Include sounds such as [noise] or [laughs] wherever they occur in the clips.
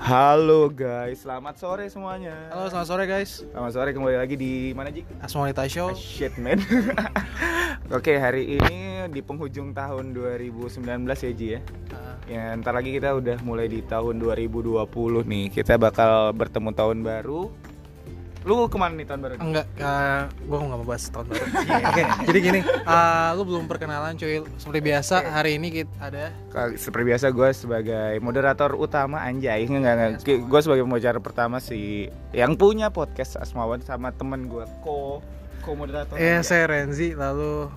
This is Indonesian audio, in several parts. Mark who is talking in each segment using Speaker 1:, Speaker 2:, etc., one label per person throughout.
Speaker 1: Halo guys, selamat sore semuanya.
Speaker 2: Halo, selamat sore guys.
Speaker 1: Selamat sore kembali lagi di mana Ji?
Speaker 2: Asmonita Show.
Speaker 1: Ah, Shit man. [laughs] Oke, hari ini di penghujung tahun 2019 ya Ji ya.
Speaker 2: Ah,
Speaker 1: Ya, ntar lagi kita udah mulai di tahun 2020 nih. Kita bakal bertemu tahun baru. Lu kemana nih tahun baru? Ji?
Speaker 2: Enggak, gue nggak mau bahas tahun baru. Oke, jadi gini, eh, lu belum perkenalan cuy. Seperti biasa, hari ini kita ada
Speaker 1: Ka- Seperti biasa gue sebagai moderator utama anjay enggak enggak gue sebagai moderator pertama si yang punya podcast Asmawan sama temen gue ko ko moderator
Speaker 2: ya saya Renzi, lalu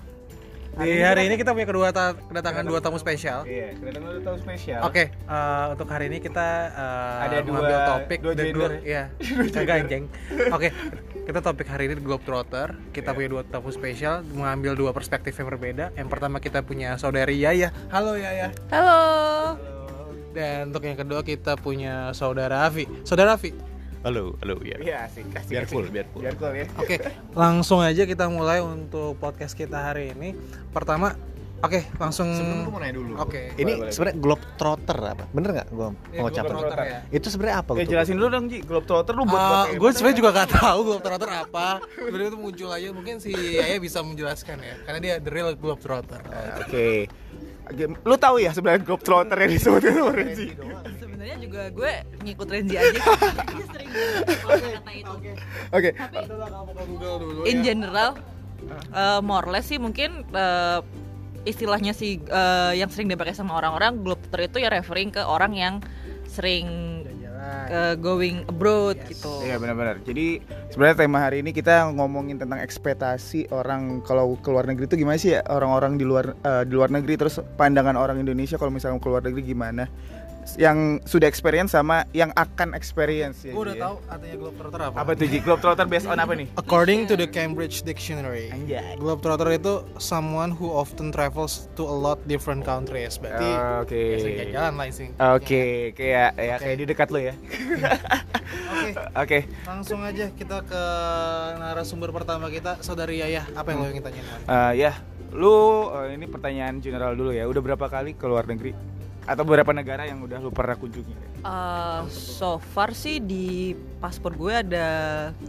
Speaker 2: di hari ini kita punya kedua ta- kedatangan dua tamu spesial.
Speaker 1: Iya, kedatangan lu tahu spesial.
Speaker 2: Oke, eh, untuk hari ini kita eh,
Speaker 1: Ada dua-
Speaker 2: mengambil topik
Speaker 1: dua
Speaker 2: dan
Speaker 1: gender
Speaker 2: dua- iya, kagak anjing. Oke, kita topik hari ini Globetrotter. Kita punya dua tamu spesial mengambil dua perspektif yang berbeda. Yang pertama kita punya saudari Yaya. Halo Yaya.
Speaker 3: Halo.
Speaker 2: Dan untuk yang kedua kita punya saudara Afi. Saudara Afi.
Speaker 4: Halo, halo ya.
Speaker 1: Iya, asik, asik.
Speaker 4: Biar
Speaker 1: asik.
Speaker 4: full, biar full.
Speaker 1: Biar cool ya.
Speaker 2: Oke, langsung aja kita mulai untuk podcast kita hari ini. Pertama, oke, langsung
Speaker 4: Sebelum gue mau nanya dulu.
Speaker 2: Oke.
Speaker 1: Boleh, boleh.
Speaker 4: Ini sebenarnya globetrotter apa? Bener nggak gue
Speaker 2: Ya,
Speaker 4: mau ucapin?
Speaker 2: Globetrotter ya.
Speaker 4: Itu sebenarnya apa?
Speaker 1: Ya
Speaker 4: gitu?
Speaker 1: jelasin dulu dong Ji, Globetrotter lu buat buat ya?
Speaker 2: gue sebenarnya juga gak tahu Globetrotter apa Sebenarnya itu muncul aja, mungkin si Yaya bisa menjelaskan ya Karena dia the real Globetrotter
Speaker 1: Nah, Oke. Oke, Lu tahu ya sebenarnya Globetrotter yang disebut itu orang Ji.
Speaker 4: gitu.
Speaker 3: Sebenarnya juga gue ngikut Renzi aja. Dia sering banget kata itu.
Speaker 1: Oke.
Speaker 3: In general, eh, more or less sih mungkin eh, istilahnya sih eh, yang sering dipakai sama orang-orang globetrotter itu ya referring ke orang yang sering eh, going abroad gitu.
Speaker 1: Iya benar-benar. Jadi sebenarnya tema hari ini kita ngomongin tentang ekspektasi orang kalau ke luar negeri itu gimana sih ya orang-orang di luar eh, di luar negeri terus pandangan orang Indonesia kalau misalnya ke luar negeri gimana? Yang sudah experience sama yang akan experience ya.
Speaker 2: Gue udah
Speaker 1: Ji, ya.
Speaker 2: tahu artinya Globetrotter apa Iya.
Speaker 1: Apa tuh Ji? Globetrotter based on apa nih?
Speaker 2: According to the Cambridge Dictionary
Speaker 1: Anjay.
Speaker 2: Globetrotter itu someone who often travels to a lot different countries Berarti
Speaker 1: Ah, Oke. Ah,
Speaker 2: ya sering kayak jalan lah sih
Speaker 1: Oke, kayak ya
Speaker 2: Oke.
Speaker 1: kayak di dekat lo ya.
Speaker 2: Oke,
Speaker 1: Oke.
Speaker 2: langsung aja kita ke narasumber pertama kita Saudari Yaya, apa yang lo ingin tanyain? Man?
Speaker 1: Eh, ya, lu eh, ini pertanyaan general dulu ya. Udah berapa kali ke luar negeri atau beberapa negara yang udah lu pernah kunjungi?
Speaker 3: Eh, so far sih di paspor gue ada 15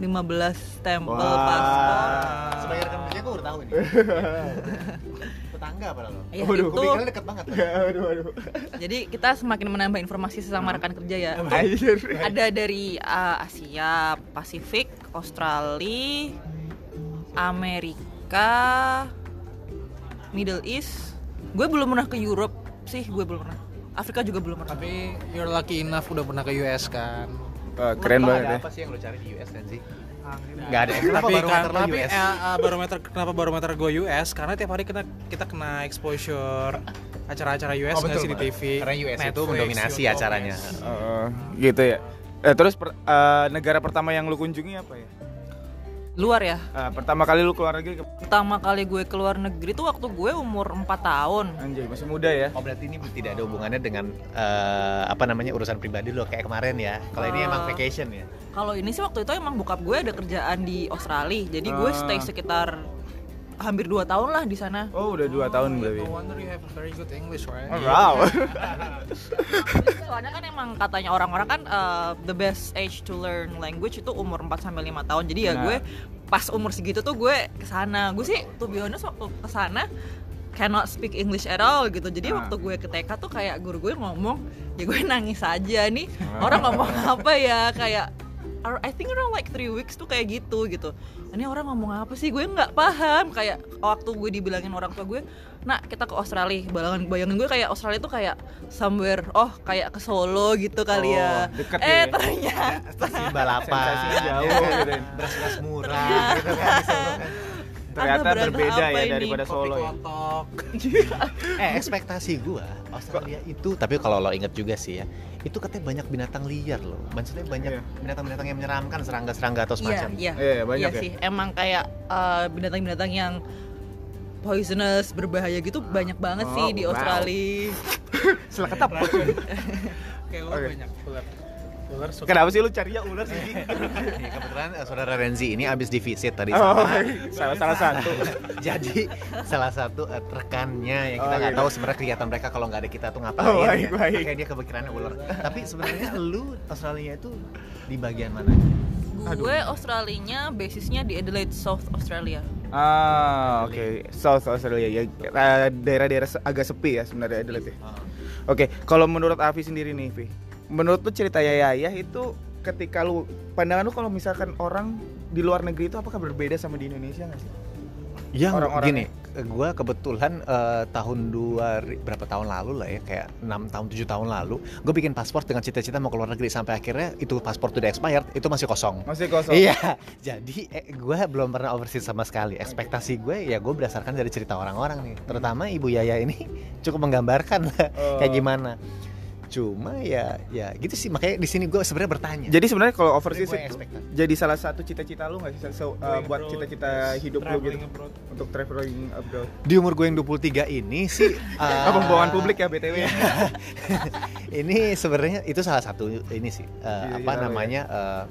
Speaker 3: tempel
Speaker 1: Wah.
Speaker 3: paspor.
Speaker 4: Sebagai rekan kerja gue udah tahu ini. Tetangga apa lo?
Speaker 3: Ya,
Speaker 1: Waduh.
Speaker 3: itu
Speaker 4: Pikirannya deket banget.
Speaker 1: Ya, aduh aduh.
Speaker 3: Jadi kita semakin menambah informasi sesama
Speaker 1: Nah.
Speaker 3: rekan kerja ya.
Speaker 1: Anjir.
Speaker 3: Ada dari uh, Asia, Pasifik, Australia, Amerika, Middle East. Gue belum pernah ke Europe sih, gue belum pernah. Afrika juga belum pernah.
Speaker 2: Tapi you're lucky enough udah pernah ke US kan?
Speaker 1: Wah, keren banget ya.
Speaker 4: Apa sih yang lo cari di US kan sih?
Speaker 2: Enggak
Speaker 4: Nggak ada. Kenapa
Speaker 2: tapi
Speaker 4: barometer lo
Speaker 2: tapi,
Speaker 4: US?
Speaker 2: eh, eh, barometer kenapa barometer gue US? Karena tiap hari kita kita kena exposure acara-acara US
Speaker 4: Oh,
Speaker 2: nggak
Speaker 4: betul,
Speaker 2: sih di
Speaker 4: Mbak.
Speaker 2: TV.
Speaker 4: Karena US Nah, itu
Speaker 2: Netflix,
Speaker 4: mendominasi
Speaker 2: YouTube,
Speaker 4: acaranya.
Speaker 2: yes.
Speaker 1: Eh, gitu ya. Eh, terus per- eh, negara pertama yang lu kunjungi apa ya?
Speaker 3: Luar ya.
Speaker 1: Eh, pertama kali lu keluar negeri ke-
Speaker 3: Pertama kali gue keluar negeri tuh waktu gue umur 4 tahun.
Speaker 1: Anjay, masih muda ya.
Speaker 4: Oh berarti ini tidak ada hubungannya dengan eh, apa namanya urusan pribadi lo kayak kemarin ya. Kalau ini emang vacation ya.
Speaker 3: Kalau ini sih waktu itu emang bokap gue ada kerjaan di Australia. Jadi gue
Speaker 1: Ah.
Speaker 3: stay sekitar hampir 2 tahun lah di sana.
Speaker 1: Oh, udah 2 tahun berarti.
Speaker 2: No wonder you have a very good English, right?
Speaker 1: [laughs] Wow.
Speaker 3: Soalnya kan emang katanya orang-orang kan uh, the best age to learn language itu umur 4 sampai 5 tahun. Jadi ya
Speaker 1: Benar.
Speaker 3: gue pas umur segitu tuh gue kesana Gue sih to be honest waktu kesana cannot speak English at all gitu. Jadi
Speaker 1: Nah.
Speaker 3: waktu gue ke TK tuh kayak guru gue ngomong, ya gue nangis aja nih.
Speaker 1: Hmm.
Speaker 3: Orang ngomong apa ya kayak ar- I think around like three weeks tuh kayak gitu gitu. Ini orang ngomong apa sih? Gue nggak paham. Kayak waktu gue dibilangin orang tua gue, nak kita ke Australia. Bayangan bayangin gue kayak Australia tuh kayak somewhere, oh kayak ke Solo gitu
Speaker 1: Oh,
Speaker 3: kali ya.
Speaker 1: deket
Speaker 3: eh
Speaker 1: ya.
Speaker 3: ternyata
Speaker 4: Stasiun balapan.
Speaker 1: Sensasi jauh gitu.
Speaker 4: Beras-beras
Speaker 2: [laughs]
Speaker 4: murah. gitu kan, di Solo kan.
Speaker 1: Ternyata
Speaker 3: berada
Speaker 1: berbeda
Speaker 3: apa
Speaker 1: ya
Speaker 3: ini?
Speaker 1: daripada
Speaker 2: Kopi
Speaker 1: Solo ya.
Speaker 2: kotok.
Speaker 4: Eh ekspektasi gua Australia itu tapi kalau lo inget juga sih ya itu katanya banyak binatang liar loh maksudnya banyak
Speaker 1: Iya.
Speaker 4: binatang-binatang yang menyeramkan serangga-serangga atau
Speaker 3: Iya,
Speaker 4: semacam
Speaker 3: iya.
Speaker 1: Iya, banyak
Speaker 3: Iya
Speaker 1: ya.
Speaker 3: sih. Emang kayak eh, binatang-binatang yang poisonous, berbahaya gitu banyak banget
Speaker 1: Oh,
Speaker 3: sih di
Speaker 1: wow.
Speaker 3: Australia.
Speaker 2: [laughs]
Speaker 1: Seleketap.
Speaker 2: Kayak lo
Speaker 1: Oke.
Speaker 2: banyak ular. Ular suka.
Speaker 1: Kenapa sih lu carinya ular sih?
Speaker 4: Nih, kebetulan eh, saudara Renzi ini habis divisit tadi
Speaker 1: Oh,
Speaker 4: sama
Speaker 1: salah salah satu.
Speaker 4: Jadi salah satu eh, rekannya yang kita
Speaker 1: Oh,
Speaker 4: nggak
Speaker 1: gitu.
Speaker 4: tahu sebenarnya kegiatan mereka kalau nggak ada kita tuh ngapain.
Speaker 1: Oh, baik,
Speaker 4: ya.
Speaker 1: baik.
Speaker 4: Makanya dia kepikirannya ular. Tapi sebenarnya lu Australia itu di bagian mana?
Speaker 3: Gue Australinya basisnya di Adelaide South Australia.
Speaker 1: Ah, oke. South Australia ya. eh, Daerah-daerah se- agak sepi ya sebenarnya Adelaide. ya.
Speaker 4: Oh.
Speaker 1: Oke, kalau menurut Avi sendiri nih, Vi. Menurut lu cerita Yayah itu ketika lu pandangan lu kalau misalkan orang di luar negeri itu apakah berbeda sama di Indonesia nggak sih?
Speaker 4: Yang
Speaker 1: Orang-orang ya?
Speaker 4: gini, gue kebetulan eh, tahun dua ri- berapa tahun lalu lah ya, kayak enam tahun tujuh tahun lalu, gue bikin paspor dengan cita-cita mau ke luar negeri sampai akhirnya itu paspor udah expired, itu masih kosong.
Speaker 1: Masih kosong.
Speaker 4: Iya, [laughs] jadi gue belum pernah overseas sama sekali. Ekspektasi gue ya gue berdasarkan dari cerita orang-orang nih, terutama Ibu Yaya ini [laughs] cukup menggambarkan lah
Speaker 1: Eh,
Speaker 4: kayak gimana. Cuma ya ya gitu sih makanya di sini gue sebenarnya bertanya.
Speaker 1: Jadi sebenarnya kalau
Speaker 4: Sebenarnya
Speaker 1: overseas
Speaker 4: gua yang
Speaker 1: itu
Speaker 4: ekspektasi.
Speaker 1: jadi salah satu cita-cita lu nggak sih se- se- eh, buat cita-cita hidup lu gitu untuk traveling abroad.
Speaker 4: Di umur gue yang 23 ini sih [laughs]
Speaker 1: Apa pembawaan
Speaker 4: eh,
Speaker 1: publik ya BTW?
Speaker 4: [laughs] ini sebenarnya itu salah satu ini sih eh,
Speaker 1: Iya,
Speaker 4: apa
Speaker 1: iya,
Speaker 4: namanya eh,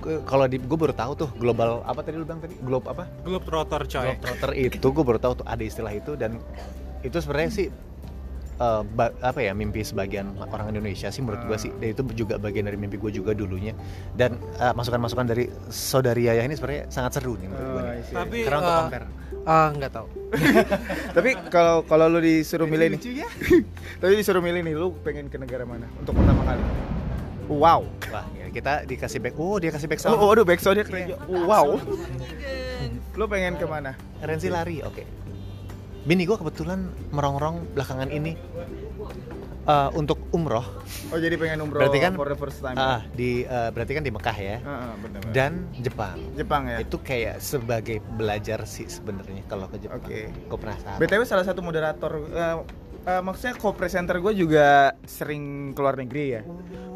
Speaker 4: gue- kalau di gue baru tahu tuh global apa tadi lu bilang tadi globe apa
Speaker 2: Globetrotter coy.
Speaker 4: Globetrotter itu gue baru tahu tuh ada istilah itu dan itu sebenarnya sih eh, ba- apa ya mimpi sebagian orang Indonesia sih menurut gue sih
Speaker 1: Hmm.
Speaker 4: dan itu juga bagian dari mimpi gue juga dulunya dan eh, masukan-masukan dari saudari Yaya ini sebenarnya sangat seru nih menurut
Speaker 1: Oh,
Speaker 4: gue
Speaker 1: iya.
Speaker 4: nih.
Speaker 2: Tapi
Speaker 4: Karena untuk
Speaker 2: eh,
Speaker 4: [laughs] compare.
Speaker 2: eh, nggak tahu.
Speaker 1: Tapi kalau kalau lu disuruh milih nih,
Speaker 4: Lucu ya?
Speaker 1: [laughs] tapi disuruh milih nih lu pengen ke negara mana untuk pertama kali? Wow.
Speaker 4: Wah, ya, kita dikasih back. Oh, dia kasih back sound.
Speaker 1: Oh, aduh backsoundnya keren. juga. Wow.
Speaker 3: Geng.
Speaker 1: Lu pengen kemana?
Speaker 4: Renzi lari, oke. Bini gue kebetulan merongrong belakangan ini eh, untuk umroh,
Speaker 1: Oh jadi pengen umroh
Speaker 4: Berarti kan-
Speaker 1: for the first time.
Speaker 4: ah, di eh, berarti kan di Mekah ya,
Speaker 1: Heeh, benar.
Speaker 4: dan Jepang.
Speaker 1: Jepang ya.
Speaker 4: Itu kayak sebagai belajar sih sebenarnya kalau ke Jepang.
Speaker 1: Oke.
Speaker 4: Gue penasaran.
Speaker 1: BTW salah satu moderator eh, eh, maksudnya co-presenter gue juga sering keluar negeri ya.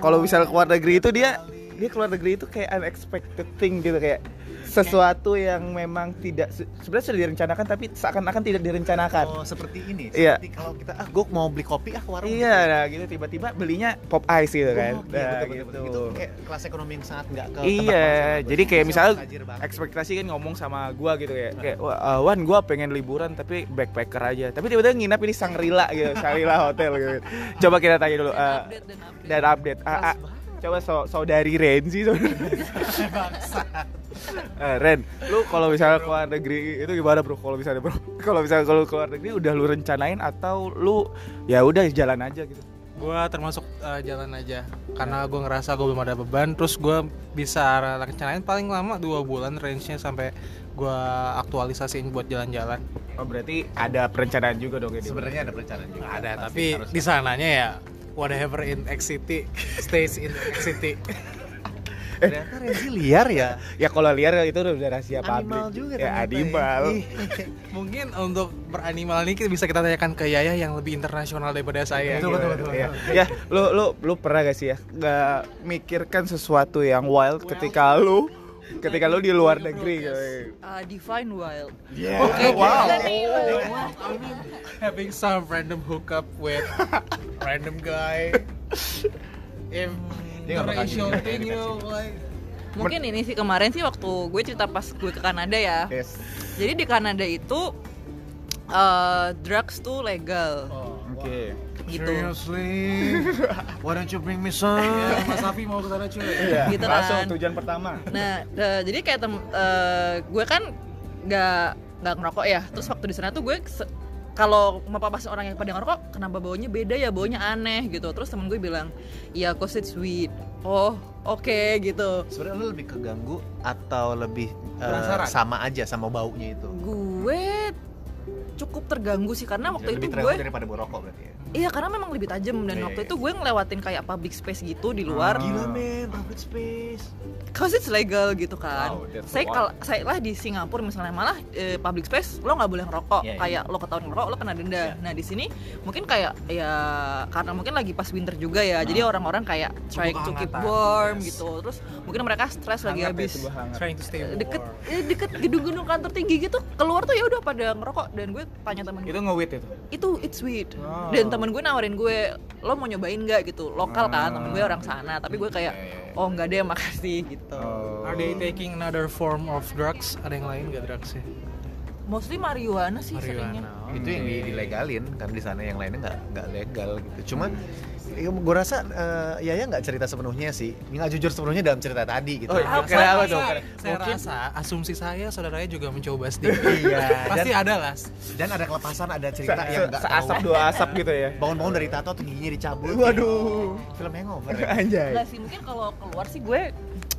Speaker 1: Kalau misalnya keluar negeri itu dia dia keluar negeri itu kayak unexpected thing gitu kayak sesuatu yang memang tidak se- sebenarnya sudah direncanakan tapi seakan-akan tidak direncanakan.
Speaker 4: Oh, seperti ini.
Speaker 1: Iya.
Speaker 4: Seperti kalau kita ah gue mau beli kopi ah ke warung.
Speaker 1: Iya, nah gitu tiba-tiba belinya pop ice gitu
Speaker 4: gitu.
Speaker 1: kan.
Speaker 4: Oh, iya,
Speaker 1: Nah,
Speaker 4: betul, betul, betul.
Speaker 1: gitu.
Speaker 4: Itu kayak kelas ekonomi yang sangat nggak
Speaker 1: Iya,
Speaker 4: ke tempat banget sama gua.
Speaker 1: jadi kayak
Speaker 4: Bisa
Speaker 1: misalnya
Speaker 4: tajir banget. Nah.
Speaker 1: ekspektasi kan ngomong sama gua gitu ya kayak "Wah, eh, Wan gua pengen liburan tapi backpacker aja tapi tiba-tiba nginap ini Sangrila gitu Sangrila hotel gitu coba kita tanya dulu eh,
Speaker 3: update dan update.
Speaker 1: dan update Ah, ah, coba so- saudari Ren sih saudari. Eh, Ren lu kalau misalnya keluar negeri itu gimana bro kalau misalnya bro [laughs] kalau misalnya kalau keluar negeri udah lu rencanain atau lu ya udah jalan aja gitu
Speaker 2: Gua termasuk eh, jalan aja karena gua ngerasa gua belum ada beban terus gua bisa rencanain paling lama dua bulan range-nya sampai gua aktualisasiin buat jalan-jalan.
Speaker 1: oh berarti ada perencanaan juga dong ya Dim?
Speaker 4: sebenarnya ada perencanaan juga.
Speaker 2: Ada
Speaker 4: Pasti
Speaker 2: Ya, tapi
Speaker 4: harus.
Speaker 2: di sananya ya whatever in X city [laughs] stays in X city.
Speaker 4: ternyata Renzi liar
Speaker 1: [laughs]
Speaker 4: ya.
Speaker 1: ya kalau liar itu udah rahasia publik
Speaker 4: Animal juga
Speaker 1: ya
Speaker 4: ternyata
Speaker 1: animal
Speaker 4: Iya.
Speaker 2: [laughs] Mungkin untuk beranimal ini kita bisa kita tanyakan ke Yaya yang lebih internasional daripada saya.
Speaker 4: Betul, betul, betul.
Speaker 1: Iya. Ya, lu lu lu pernah gak sih ya nggak mikirkan sesuatu yang wild ketika lu ketika lu di luar negeri Oh, gitu.
Speaker 3: Ah, Divine Wild.
Speaker 1: Yeah.
Speaker 3: wow.
Speaker 2: having some random hookup
Speaker 4: [laughs]
Speaker 2: with random guy. If
Speaker 4: Dia nggak bakal
Speaker 2: interracial
Speaker 4: jadi
Speaker 2: thing, you know, like
Speaker 3: Mungkin ini sih kemarin sih waktu gue cerita pas gue ke Kanada ya.
Speaker 1: Yes.
Speaker 3: Jadi di Kanada itu eh, drugs tuh legal
Speaker 2: oh.
Speaker 1: Oke.
Speaker 3: gitu.
Speaker 2: Seriously, why don't you bring me some? Ya, Mas Afi mau ke sana cuy.
Speaker 1: Iya.
Speaker 3: Gitu
Speaker 1: Langsung
Speaker 3: kan.
Speaker 1: tujuan pertama.
Speaker 3: Nah, eh, jadi kayak tem, eh, gue kan nggak nggak ngerokok ya. Terus waktu di sana tuh gue se- kalau papasin orang yang pada ngerokok, kenapa baunya beda ya? Baunya aneh gitu. Terus temen gue bilang, "Iya, cause it's weed." Oh, oke gitu.
Speaker 4: Sebenarnya lu lebih keganggu atau lebih eh,
Speaker 2: Penasaran?
Speaker 4: sama aja sama baunya itu.
Speaker 3: Gue cukup terganggu sih karena waktu
Speaker 4: lebih
Speaker 3: itu
Speaker 4: terganggu
Speaker 3: gue
Speaker 4: daripada bau rokok berarti ya.
Speaker 3: Iya karena memang lebih tajam dan
Speaker 4: Iya,
Speaker 3: waktu
Speaker 4: iya.
Speaker 3: itu gue ngelewatin kayak public space gitu di luar
Speaker 1: Ah. Gila,
Speaker 4: men, public space.
Speaker 3: cause it's legal gitu kan.
Speaker 4: Wow, that's
Speaker 3: saya
Speaker 4: wild.
Speaker 3: kalau saya lah di Singapura misalnya malah eh, public space lo nggak boleh ngerokok
Speaker 4: Iya, iya.
Speaker 3: kayak lo ketahuan ngerokok lo kena denda.
Speaker 4: Iya.
Speaker 3: Nah di sini mungkin kayak ya karena mungkin lagi pas winter juga ya jadi orang-orang kayak trying to keep
Speaker 2: kehangatan,
Speaker 3: warm
Speaker 2: yes.
Speaker 3: gitu terus mungkin mereka stres
Speaker 1: Hangat
Speaker 3: lagi
Speaker 1: ya,
Speaker 3: habis
Speaker 1: tubuh hangat.
Speaker 2: Trying to stay
Speaker 3: deket
Speaker 2: warm.
Speaker 3: eh, deket gedung-gedung kantor tinggi gitu keluar tuh ya udah pada ngerokok dan gue gue tanya temen gue
Speaker 1: Itu ngewit itu.
Speaker 3: itu it's sweet
Speaker 1: Oh.
Speaker 3: dan temen gue nawarin gue lo mau nyobain nggak gitu lokal kan temen gue orang sana tapi gue kayak oh nggak deh makasih gitu
Speaker 1: Oh.
Speaker 2: Are they taking another form of drugs? Ada yang lain gak drugs ya?
Speaker 3: mostly marijuana sih ya. seringnya
Speaker 2: Marijuana.
Speaker 4: itu yang di- dilegalin kan di sana yang lainnya nggak nggak legal gitu cuma gue rasa eh, Yaya nggak cerita sepenuhnya sih nggak jujur sepenuhnya dalam cerita tadi gitu
Speaker 1: Oh, iya.
Speaker 4: Nah,
Speaker 1: Kenapa
Speaker 2: Saya-
Speaker 1: tuh?
Speaker 2: Saya
Speaker 4: Mungkin-
Speaker 2: rasa asumsi saya saudaranya juga mencoba sedikit.
Speaker 4: [laughs] Iya,
Speaker 2: Pasti ada lah.
Speaker 4: dan ada kelepasan ada cerita
Speaker 1: Se- se-
Speaker 4: yang Iya, nggak
Speaker 1: Seasap
Speaker 4: tahu
Speaker 1: dua asap gitu ya.
Speaker 4: bangun-bangun dari tato tuh giginya dicabut
Speaker 1: Waduh.
Speaker 4: film [laughs] hangover ya.
Speaker 1: Anjay.
Speaker 3: nggak sih mungkin kalau keluar sih gue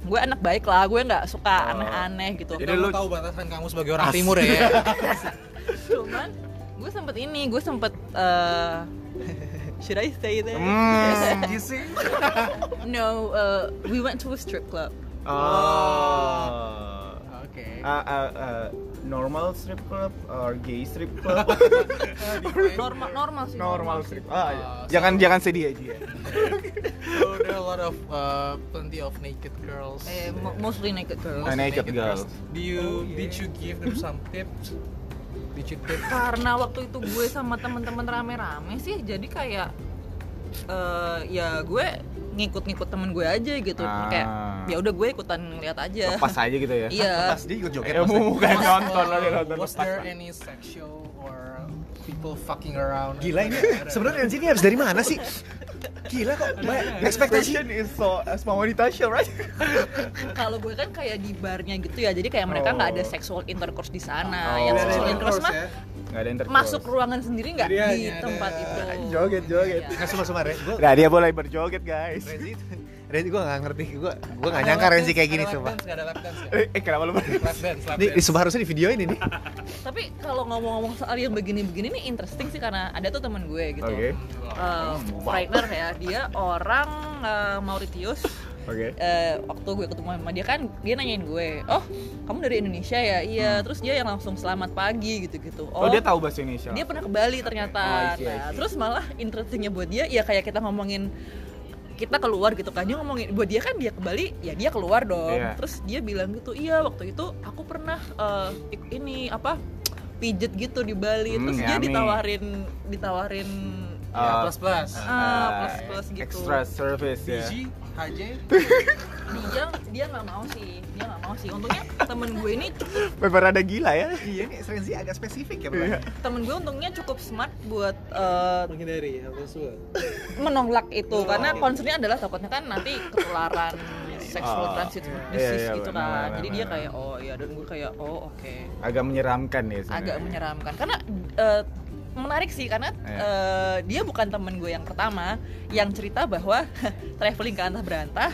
Speaker 3: gue anak baik lah gue nggak suka aneh-aneh gitu
Speaker 1: Oh. Jadi
Speaker 2: Jadi
Speaker 1: lu-
Speaker 2: lu tahu batasan kamu sebagai orang timur
Speaker 4: [laughs]
Speaker 2: ya.
Speaker 3: cuman gue sempet ini gue sempet eh, should I say that
Speaker 1: Hmm.
Speaker 4: Iya
Speaker 3: no eh, we went to a strip club
Speaker 1: Oh.
Speaker 2: Oke.
Speaker 1: Ah, ah, ah, normal strip club or gay strip
Speaker 3: [laughs]
Speaker 1: club?
Speaker 3: normal normal sih
Speaker 1: normal strip. Ah, iya.
Speaker 2: Ah,
Speaker 1: jangan jangan sedih aja. ya.
Speaker 2: So, Oh, there are a lot of uh, plenty of naked girls.
Speaker 3: eh, mo- Oh, mostly naked girls
Speaker 2: Mostly
Speaker 1: naked girls.
Speaker 2: Do you did you give them some tips? Did you
Speaker 1: [laughs]
Speaker 2: tip?
Speaker 3: karena waktu itu gue sama temen-temen rame-rame sih jadi kayak eh, ya gue ngikut-ngikut temen gue aja gitu
Speaker 1: Ah.
Speaker 3: kayak ya udah gue ikutan ngeliat aja
Speaker 1: Lepas aja gitu ya.
Speaker 3: iya
Speaker 4: pas dia ikut joget
Speaker 1: Eh,
Speaker 4: pasti.
Speaker 1: bukan nonton lagi
Speaker 2: Uh,
Speaker 1: nonton.
Speaker 2: was
Speaker 1: lepas.
Speaker 2: there any sexual or people fucking around?
Speaker 4: gila ini sebenarnya Renzi ini harus dari mana sih gila kok Mbak, ekspektasi
Speaker 1: Expectation is so as wanita show [laughs] right?
Speaker 3: [laughs] kalau gue kan kayak di barnya gitu ya jadi kayak
Speaker 1: Oh.
Speaker 3: mereka nggak ada sexual intercourse di
Speaker 1: Oh.
Speaker 3: sana
Speaker 1: Nggak
Speaker 3: yang
Speaker 1: ada
Speaker 3: sexual intercourse mah
Speaker 2: ya.
Speaker 1: Gak ada intercourse. ya.
Speaker 3: masuk ruangan sendiri nggak
Speaker 2: Jadi
Speaker 3: di
Speaker 2: hanya ada-
Speaker 3: tempat itu
Speaker 1: Joget joget.
Speaker 3: Iya.
Speaker 4: nggak ya. semua semua gue
Speaker 1: Nah dia boleh berjoget guys.
Speaker 4: Renzi Renzi gue nggak ngerti gue gue nggak nyangka Renzi kayak gini coba
Speaker 2: Gak ada lap dance, ya?
Speaker 1: Eh eh, kenapa lu ber-
Speaker 2: Lap dance, lap
Speaker 4: ini
Speaker 2: dance.
Speaker 4: sumpah harusnya di video ini nih
Speaker 3: tapi kalau ngomong-ngomong soal yang begini-begini nih interesting sih karena ada tuh temen gue gitu
Speaker 1: Oke. Hmm,
Speaker 3: Eh, Freidner ya dia orang eh, Mauritius
Speaker 1: Oke.
Speaker 3: eh, waktu gue ketemu sama dia kan dia nanyain gue oh kamu dari Indonesia ya iya terus dia yang langsung selamat pagi gitu gitu
Speaker 1: [laughs] Hmm. Oh dia tahu bahasa Indonesia.
Speaker 3: dia pernah ke Bali ternyata
Speaker 1: Oh, I see, I
Speaker 3: Nah,
Speaker 1: see.
Speaker 3: terus malah interestingnya buat dia ya kayak kita ngomongin kita keluar gitu kan dia ngomongin buat dia kan dia ke Bali ya dia keluar dong
Speaker 1: Iya.
Speaker 3: terus dia bilang gitu iya waktu itu aku pernah eh, ik- ini apa pijet gitu di Bali terus
Speaker 1: Hmm,
Speaker 3: dia
Speaker 1: yummy.
Speaker 3: ditawarin ditawarin
Speaker 2: Ya,
Speaker 1: Ah, Eh,
Speaker 2: plus plus.
Speaker 3: Iya, ah, plus-plus gitu.
Speaker 1: Extra service ya.
Speaker 2: DJ, HJ,
Speaker 3: dia dia nggak mau sih dia nggak mau sih untungnya temen gue ini cukup
Speaker 1: Memang ada gila ya.
Speaker 4: iya nih Renzi agak spesifik ya
Speaker 1: Iya.
Speaker 3: temen gue untungnya cukup smart buat eh,
Speaker 2: menghindari ya, plus
Speaker 3: menolak itu karena concernnya adalah takutnya kan nanti ketularan sexual
Speaker 1: Oh,
Speaker 3: transit
Speaker 1: iya,
Speaker 3: disease
Speaker 1: iya,
Speaker 3: gitu
Speaker 1: benar,
Speaker 3: kan
Speaker 1: benar,
Speaker 3: jadi dia
Speaker 1: benar.
Speaker 3: kayak oh ya dan gue kayak oh oke
Speaker 1: Agak menyeramkan ya. sebenarnya.
Speaker 3: agak menyeramkan karena eh, menarik sih karena
Speaker 1: Iya.
Speaker 3: eh, dia bukan temen gue yang pertama yang cerita bahwa [laughs] traveling ke antah berantah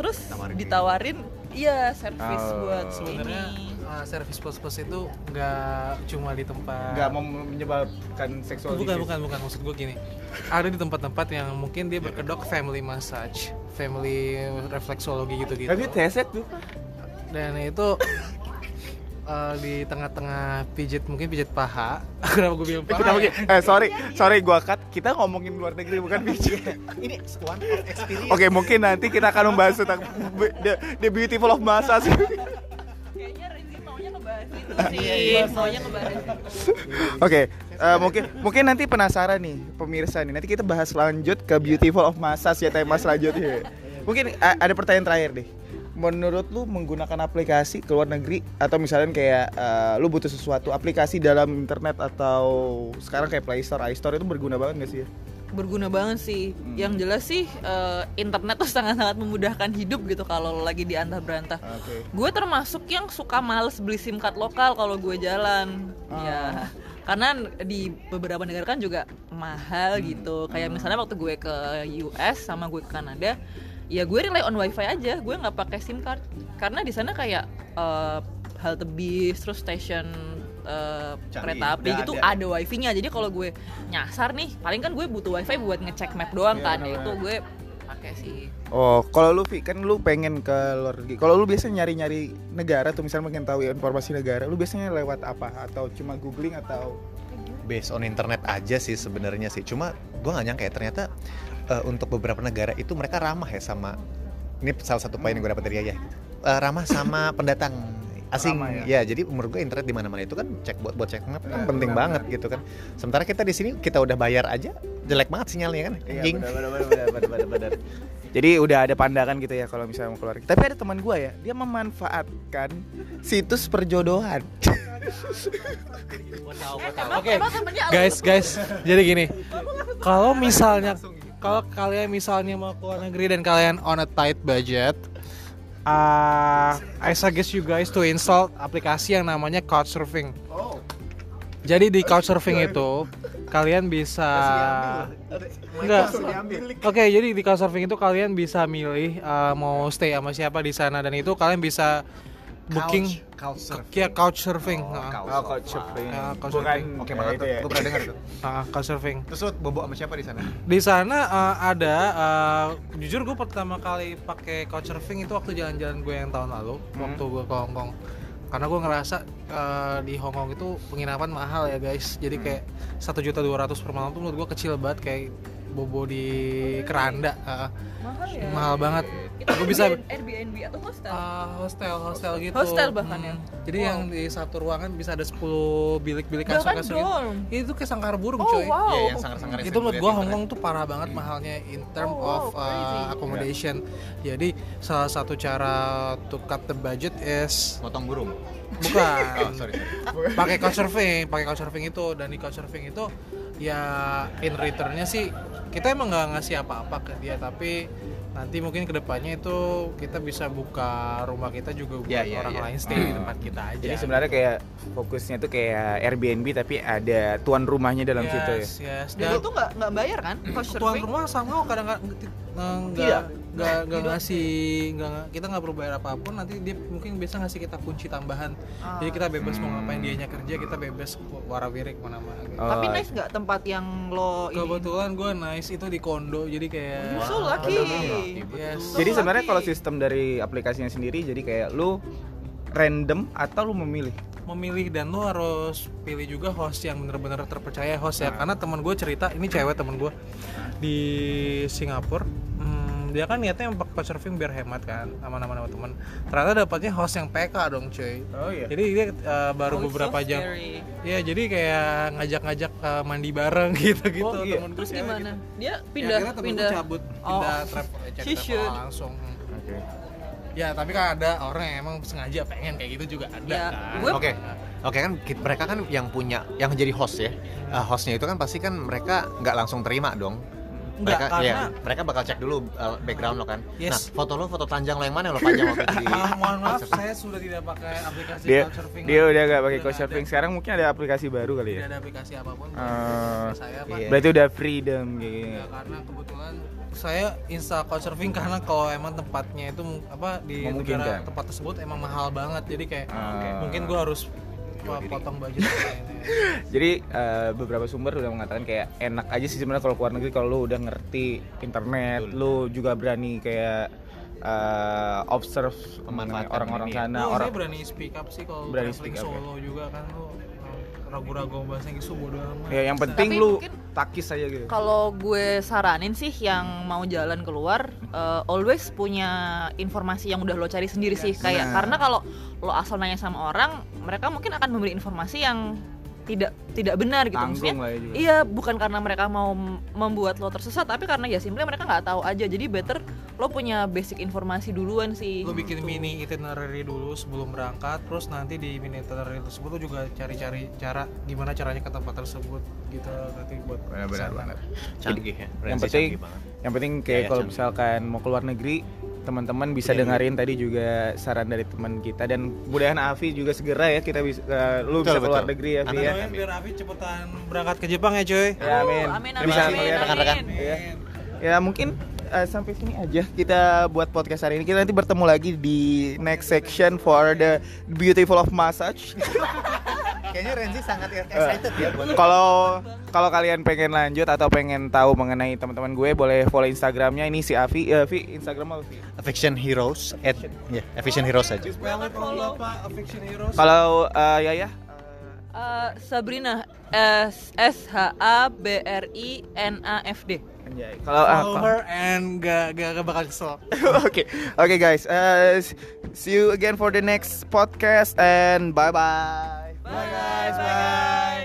Speaker 3: terus
Speaker 4: Tawarin
Speaker 3: ditawarin iya servis
Speaker 1: Oh.
Speaker 3: buat
Speaker 2: sebenarnya
Speaker 3: ini
Speaker 2: uh, service plus plus itu nggak cuma di tempat
Speaker 1: Gak mau menyebabkan seksual
Speaker 2: bukan
Speaker 1: disease.
Speaker 2: bukan bukan maksud gue gini ada di tempat-tempat yang mungkin dia berkedok family massage family refleksologi gitu gitu
Speaker 1: Tapi teset tuh.
Speaker 2: dan itu eh, di tengah-tengah pijit mungkin pijit paha [laughs] kenapa gue bilang
Speaker 1: Eh,
Speaker 2: paha
Speaker 1: kita
Speaker 2: ya?
Speaker 1: mungkin, eh sorry, sorry gua cut. Kita ngomongin luar negeri bukan Fiji.
Speaker 4: ini one of experience
Speaker 1: Oke, mungkin nanti kita akan membahas tentang be- the, the beautiful of massage.
Speaker 3: kayaknya Rizky maunya
Speaker 1: [laughs]
Speaker 3: ngebahas itu
Speaker 1: Iya,
Speaker 3: sih maunya ngebahas itu
Speaker 1: Oke, eh, mungkin mungkin nanti penasaran nih pemirsa nih. Nanti kita bahas lanjut ke beautiful of massage ya tema selanjutnya. Mungkin a- ada pertanyaan terakhir deh. Menurut lu menggunakan aplikasi ke luar negeri atau misalnya kayak eh, lu butuh sesuatu aplikasi dalam internet atau sekarang kayak Play Store, iStore itu berguna banget gak sih ya?
Speaker 3: berguna banget sih. Yang jelas sih eh, internet tuh sangat-sangat memudahkan hidup gitu kalau lo lagi di antah berantah.
Speaker 1: Oke.
Speaker 3: Gue termasuk yang suka males beli SIM card lokal kalau gue jalan.
Speaker 2: Ah.
Speaker 3: Ya. Karena di beberapa negara kan juga
Speaker 2: Hmm.
Speaker 3: mahal gitu.
Speaker 2: Ah.
Speaker 3: Kayak misalnya waktu gue ke US sama gue ke Kanada, ya gue rely on wifi aja. Gue nggak pakai SIM card karena di sana kayak eh, halte bis, terus station eh,
Speaker 4: Canggih,
Speaker 3: kereta api
Speaker 4: udah
Speaker 3: gitu
Speaker 4: ada.
Speaker 3: ada ada wifi-nya jadi kalau gue nyasar nih paling kan gue butuh wifi buat ngecek map doang
Speaker 1: Iya,
Speaker 3: kan ya
Speaker 1: benar-benar.
Speaker 3: itu gue pakai sih
Speaker 1: Oh, kalau lu Vi, kan lu pengen ke luar negeri. Kalau lu biasanya nyari-nyari negara tuh misalnya pengen tahu informasi negara, lu biasanya lewat apa? Atau cuma googling atau
Speaker 4: based on internet aja sih sebenarnya sih cuma gue nggak nyangka ya ternyata eh, untuk beberapa negara itu
Speaker 1: [laughs]
Speaker 4: mereka ramah ya sama ini salah satu poin yang gue dapat dari Yaya Eh, ramah sama pendatang asing
Speaker 1: Ramai
Speaker 4: ya. jadi menurut gue internet di mana-mana itu kan cek buat buat cek map
Speaker 1: Iya,
Speaker 4: kan penting
Speaker 1: benar,
Speaker 4: banget gitu kan sementara kita di sini kita udah bayar aja jelek banget sinyalnya kan
Speaker 1: Iya,
Speaker 4: anjing
Speaker 1: benar, benar, benar, benar, benar, benar. [laughs] Jadi udah ada pandangan gitu ya kalau misalnya mau keluar. Tapi ada teman gue ya, dia memanfaatkan situs perjodohan.
Speaker 2: Oke, guys, guys, jadi gini, kalau misalnya kalau kalian misalnya mau ke luar negeri dan kalian on a tight budget, ah, I suggest you guys to install aplikasi yang namanya Couchsurfing.
Speaker 1: Oh,
Speaker 2: Jadi di Couchsurfing itu kalian bisa Enggak. Oke, jadi di Couchsurfing itu kalian bisa milih eh, mau stay sama siapa di sana dan itu kalian bisa booking ya Couchsurfing. Heeh.
Speaker 1: oh couchsurfing.
Speaker 2: Ah,
Speaker 1: Bukan,
Speaker 2: couchsurfing.
Speaker 1: oke
Speaker 4: Oke
Speaker 1: banget
Speaker 4: banget
Speaker 1: itu
Speaker 4: tuh,
Speaker 1: ya.
Speaker 4: gue
Speaker 1: [laughs]
Speaker 4: pernah dengar tuh.
Speaker 2: Ah, Couchsurfing.
Speaker 4: Terus lu bobo sama siapa di sana?
Speaker 2: Di sana eh, ada eh, jujur gue pertama kali pakai Couchsurfing itu waktu jalan-jalan gue yang tahun lalu,
Speaker 1: Hmm.
Speaker 2: waktu gue ke Hong Kong. Karena gue ngerasa eh, di Hong Kong itu penginapan mahal ya guys. Jadi kayak satu juta per malam tuh menurut gue kecil banget kayak bobo di keranda. Heeh.
Speaker 3: mahal ya
Speaker 2: mahal banget.
Speaker 3: itu
Speaker 2: Gua
Speaker 3: bisa
Speaker 2: bisa-
Speaker 3: Airbnb atau hostel
Speaker 2: Ah, hostel, hostel gitu.
Speaker 3: Hostel bahkan ya?
Speaker 2: Jadi
Speaker 3: Wow.
Speaker 2: yang di satu ruangan bisa ada 10 bilik-bilik kasur
Speaker 3: bahkan
Speaker 2: kasur gitu.
Speaker 3: dorm
Speaker 2: Itu kayak sangkar burung,
Speaker 3: kan, oh
Speaker 2: coy.
Speaker 3: wow
Speaker 4: Iya, yang sangar-sangar
Speaker 2: Itu menurut gua Hongkong tuh parah banget mahalnya in term
Speaker 3: Oh, wow,
Speaker 2: of uh,
Speaker 1: Iya.
Speaker 3: crazy.
Speaker 2: accommodation. Jadi salah satu cara to cut the budget
Speaker 1: [laughs]
Speaker 2: is
Speaker 4: Motong burung. Oh,
Speaker 2: bukan
Speaker 4: sorry, sorry.
Speaker 2: pakai couchsurfing, pakai couchsurfing itu dan di couchsurfing itu ya in returnnya sih kita emang nggak ngasih apa-apa ke dia tapi nanti mungkin kedepannya itu kita bisa buka rumah kita juga buat
Speaker 4: Ya, ya,
Speaker 2: orang
Speaker 4: ya.
Speaker 2: lain stay di
Speaker 1: Iya, Hmm.
Speaker 2: tempat kita aja.
Speaker 1: Jadi sebenarnya kayak fokusnya tuh kayak Airbnb tapi ada tuan rumahnya dalam
Speaker 2: Yes,
Speaker 1: situ ya.
Speaker 2: yes.
Speaker 3: dan
Speaker 2: Dan
Speaker 3: itu nggak nggak bayar kan
Speaker 2: tuan
Speaker 3: couchsurfing
Speaker 2: Hmm, rumah sama kadang-kadang eh,
Speaker 1: Tidak.
Speaker 2: nggak nggak nggak ngasih nggak kita nggak perlu bayar apapun nanti dia mungkin biasa ngasih kita kunci tambahan
Speaker 3: Ah.
Speaker 2: jadi kita bebas mau
Speaker 1: Hmm.
Speaker 2: ngapain dianya kerja kita bebas warawirik mana-mana gitu.
Speaker 1: Oh,
Speaker 3: tapi nice nggak tempat yang lo Oh, ini
Speaker 2: Kebetulan gue nice itu di kondo jadi kayak Iya,
Speaker 3: You so lucky.
Speaker 2: Yes.
Speaker 3: So
Speaker 1: Jadi sebenarnya
Speaker 3: lucky.
Speaker 1: kalau sistem dari aplikasinya sendiri jadi kayak lu random atau lu memilih.
Speaker 2: memilih dan lo harus pilih juga host yang bener-bener terpercaya host
Speaker 1: Nah.
Speaker 2: ya karena teman gue cerita ini cewek teman gue di Singapura hmm, dia kan niatnya pakai couchsurfing biar hemat kan aman-aman sama teman ternyata dapatnya host yang PK dong cuy
Speaker 1: Oh iya.
Speaker 2: jadi dia eh, baru
Speaker 3: Oh, it's so
Speaker 2: beberapa jam
Speaker 3: scary.
Speaker 2: ya jadi kayak ngajak-ngajak eh, mandi bareng [laughs] gitu-gitu
Speaker 1: Oh, iya.
Speaker 2: temen gue
Speaker 3: terus
Speaker 2: cewek
Speaker 3: gimana
Speaker 2: gitu.
Speaker 3: dia
Speaker 2: Ya,
Speaker 3: pindah
Speaker 2: akhirnya temen gue
Speaker 3: pindah
Speaker 2: cabut
Speaker 3: Oh.
Speaker 2: pindah travel eh, cek
Speaker 3: She
Speaker 2: travel
Speaker 3: should.
Speaker 2: langsung ya tapi kan ada orang yang emang sengaja pengen kayak gitu juga ada
Speaker 3: Ya,
Speaker 2: kan
Speaker 3: gue-
Speaker 4: Oke. Oke kan ki- mereka kan yang punya yang jadi host ya. Eh, hostnya itu kan pasti kan mereka nggak langsung terima dong.
Speaker 2: Nggak,
Speaker 4: mereka
Speaker 2: karena-
Speaker 4: ya, mereka bakal cek dulu eh, background lo kan.
Speaker 2: Yes.
Speaker 4: Nah, foto lo foto telanjang lo yang mana yang lo panjang waktu itu di
Speaker 2: [laughs] Ah,
Speaker 1: [laughs]
Speaker 2: mohon maaf, saya sudah tidak pakai aplikasi
Speaker 1: Dia
Speaker 2: Couchsurfing.
Speaker 1: dia udah gak pakai
Speaker 2: lagi. kan? Udah nggak
Speaker 1: couchsurfing.
Speaker 2: ada.
Speaker 1: Sekarang mungkin ada aplikasi baru kali
Speaker 2: Tidak
Speaker 1: ya.
Speaker 2: ada aplikasi apapun.
Speaker 1: Ah,
Speaker 2: buat saya pak.
Speaker 4: iya.
Speaker 1: Berarti udah freedom gitu.
Speaker 2: Ya, karena kebetulan saya install Couchsurfing karena kalau emang tempatnya itu mung- apa di
Speaker 1: Memungkinkan.
Speaker 2: negara tempat tersebut emang mahal banget. Jadi kayak
Speaker 1: Ah.
Speaker 2: mungkin gua harus
Speaker 4: Jual diri.
Speaker 2: potong budget kayaknya.
Speaker 1: Jadi eh, beberapa sumber udah mengatakan kayak enak aja sih sebenarnya kalau keluar negeri kalau lu udah ngerti internet, lu juga berani kayak eh, observe mengenai
Speaker 4: Memanfaatkan
Speaker 1: orang-orang
Speaker 4: ini ya.
Speaker 1: sana,
Speaker 3: Iya,
Speaker 2: Nah,
Speaker 1: orang
Speaker 2: saya berani speak up sih kalau
Speaker 1: Berani
Speaker 2: traveling
Speaker 1: speak up, ya?
Speaker 2: solo juga kan lu eh, ragu-ragu sama bahasa Inggris lu bodo amat.
Speaker 1: ya yang penting
Speaker 3: Tapi
Speaker 1: lu
Speaker 3: mungkin-
Speaker 1: takis aja gitu.
Speaker 3: Kalau gue saranin sih yang mau jalan keluar eh, always punya informasi yang udah lo cari sendiri
Speaker 2: Iya,
Speaker 3: sih kayak
Speaker 1: Nah.
Speaker 3: karena kalau lo asal nanya sama orang mereka mungkin akan memberi informasi yang tidak tidak benar gitu maksudnya
Speaker 1: Tanggung lah ya juga.
Speaker 3: Iya, bukan karena mereka mau m- membuat lo tersesat, tapi karena ya simply mereka nggak tahu aja. Jadi better lo punya basic informasi duluan sih.
Speaker 2: lu bikin mini itinerary dulu sebelum berangkat terus nanti di mini itinerary tersebut lu juga cari-cari cara gimana caranya ke tempat tersebut gitu nanti buat kesana. Nah,
Speaker 4: canggih ya.
Speaker 1: yang
Speaker 4: Berarti
Speaker 1: penting
Speaker 4: canggih banget.
Speaker 1: yang penting
Speaker 4: Ya,
Speaker 1: kayak
Speaker 4: ya,
Speaker 1: kalau
Speaker 4: Chan.
Speaker 1: misalkan mau keluar negeri teman-teman bisa
Speaker 4: Iya,
Speaker 1: dengerin tadi juga saran dari teman kita dan mudahan Afi juga segera ya kita bisa eh, lu
Speaker 4: Betul,
Speaker 1: bisa keluar
Speaker 4: betul.
Speaker 1: negeri ya Fi
Speaker 4: Amin,
Speaker 1: ya.
Speaker 2: Doain biar Afi cepetan berangkat ke Jepang ya cuy
Speaker 1: Ya, amin.
Speaker 3: Oh, amin, amin,
Speaker 1: Bisa
Speaker 3: amin,
Speaker 1: ngeliat
Speaker 3: amin.
Speaker 4: rekan-rekan.
Speaker 1: Iya. Ya mungkin eh, sampai sini aja kita buat podcast hari ini. Kita nanti bertemu lagi di next section for the beautiful of massage.
Speaker 4: Kayaknya Renzi sangat excited ya buat
Speaker 1: Kalau kalau kalian pengen lanjut atau pengen tahu mengenai teman-teman gue boleh follow Instagramnya ini si Avi. Eh, Vi, Instagram apa Vi?
Speaker 4: Fiction Heroes at ya, Fiction Heroes aja.
Speaker 2: banget follow pak Fiction Heroes
Speaker 1: Kalau eh, Yaya
Speaker 3: Eh, Sabrina S S H A B R I N A F D.
Speaker 1: eh, Anjay. Kalau ah,
Speaker 2: Follow
Speaker 1: kalau-
Speaker 2: her and gak, gak, gak bakal kesel
Speaker 1: [laughs] Oke, oke guys. Uh, s- see you again for the next podcast and bye bye.
Speaker 3: Bye, guys. Bye.